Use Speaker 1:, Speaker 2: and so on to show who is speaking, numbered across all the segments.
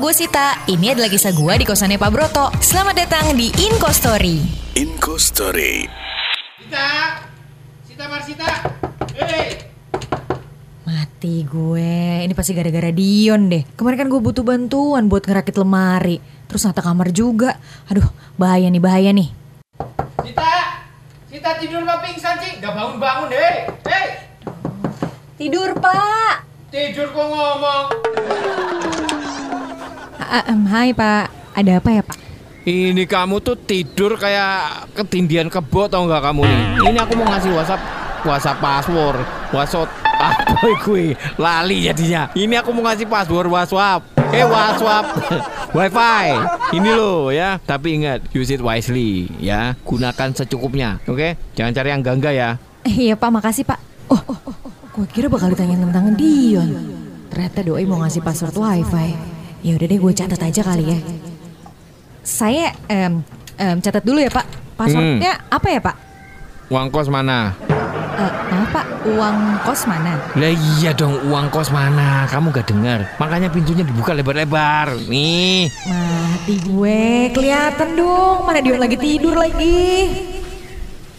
Speaker 1: gue Sita. Ini adalah kisah gue di kosannya Pak Broto. Selamat datang di Inko Story.
Speaker 2: Inco Story.
Speaker 3: Sita! Sita Marsita! Hei!
Speaker 1: Mati gue, ini pasti gara-gara Dion deh. Kemarin kan gue butuh bantuan buat ngerakit lemari. Terus nata kamar juga. Aduh, bahaya nih, bahaya nih.
Speaker 3: Sita! Sita tidur mah pingsan, Cing. Gak bangun-bangun, hei! Hei!
Speaker 1: Tidur, Pak.
Speaker 3: Tidur kok ngomong.
Speaker 1: hai, Pak. Ada apa ya, Pak?
Speaker 3: Ini kamu tuh tidur kayak ketindian kebo tau nggak kamu ini? Ini aku mau ngasih WhatsApp WhatsApp password, WhatsApp apa gue lali jadinya. Ini aku mau ngasih password WhatsApp. Eh WhatsApp WiFi. Ini loh ya. Tapi ingat use it wisely ya. Gunakan secukupnya. Oke? Jangan cari yang enggak ya.
Speaker 1: Iya, Pak. Makasih, Pak. Oh, oh, oh, oh. gue kira bakal ditanyain tentang Dion. Ternyata doi mau ngasih password wifi. Ya udah deh, gue catat aja kali ya. Saya em em, catat dulu ya, Pak. Passwordnya apa ya, Pak?
Speaker 3: Uang kos mana?
Speaker 1: Eh, maaf, Pak. Uang kos mana?
Speaker 3: Lah iya dong uang kos mana? Kamu gak dengar? Makanya pintunya dibuka lebar-lebar. Nih.
Speaker 1: Mati gue, kelihatan dong mana Dion lagi tidur lagi.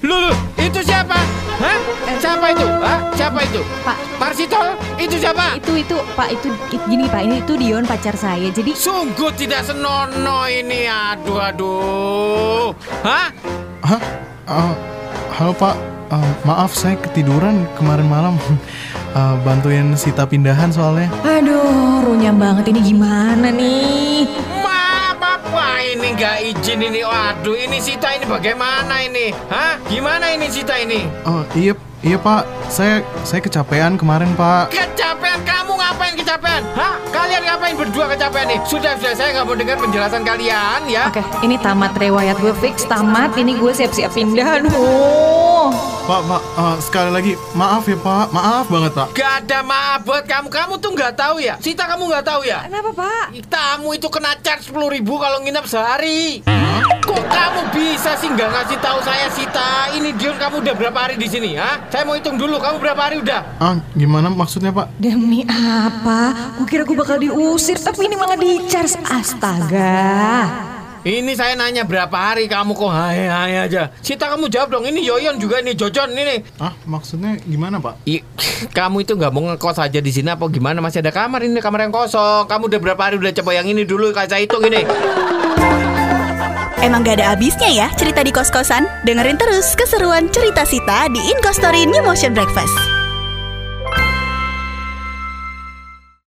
Speaker 3: Lu, lu, itu siapa? Hah? Siapa itu? Hah? Siapa itu?
Speaker 1: Pak.
Speaker 3: Marsito, itu siapa?
Speaker 1: Itu itu Pak itu it- gini Pak ini itu Dion pacar saya. Jadi
Speaker 3: Sungguh tidak senono ini. Aduh, aduh. Hah?
Speaker 4: Hah? Eh, halo Pak, Eh, maaf saya ketiduran kemarin malam Eh, bantuin Sita pindahan soalnya.
Speaker 1: aduh runyam banget ini gimana nih?
Speaker 3: Ma, apa ini nggak izin ini? Aduh, ini Sita ini bagaimana ini? Hah? Gimana ini Sita ini?
Speaker 4: Oh iya iya Pak, saya saya kecapean kemarin Pak.
Speaker 3: Kecapean kamu ngapain kecapean? Hah? Kalian ngapain berdua kecapean nih? Sudah sudah saya nggak mau dengar penjelasan kalian ya.
Speaker 1: Oke, ini tamat riwayat gue fix tamat. Ini gue siap-siap pindah. Aduh.
Speaker 4: Pak Pak eh, sekali lagi maaf ya Pak, maaf banget Pak.
Speaker 3: Gak ada maaf buat kamu. Kamu tuh nggak tahu ya? Sita kamu nggak tahu ya?
Speaker 1: Kenapa Pak?
Speaker 3: Tamu itu kena charge 10.000 ribu kalau nginep sehari. Kok kamu bisa sih nggak ngasih tahu saya Sita? Ini Dion kamu udah berapa hari di sini? Ha? Saya mau hitung dulu. Kamu berapa hari udah?
Speaker 4: Ah gimana maksudnya Pak?
Speaker 1: Demi apa? Gue kira gue bakal diusir, tapi ini malah di charge. Astaga.
Speaker 3: Ini saya nanya berapa hari kamu kok hai hai aja. Sita kamu jawab dong. Ini Yoyon juga ini Jojon ini.
Speaker 4: Ah maksudnya gimana Pak?
Speaker 3: I- kamu itu nggak mau ngekos aja di sini apa gimana? Masih ada kamar ini kamar yang kosong. Kamu udah berapa hari udah coba yang ini dulu kaca hitung ini.
Speaker 5: Emang gak ada habisnya ya cerita di kos-kosan? Dengerin terus keseruan cerita Sita di Inkostory New Motion Breakfast.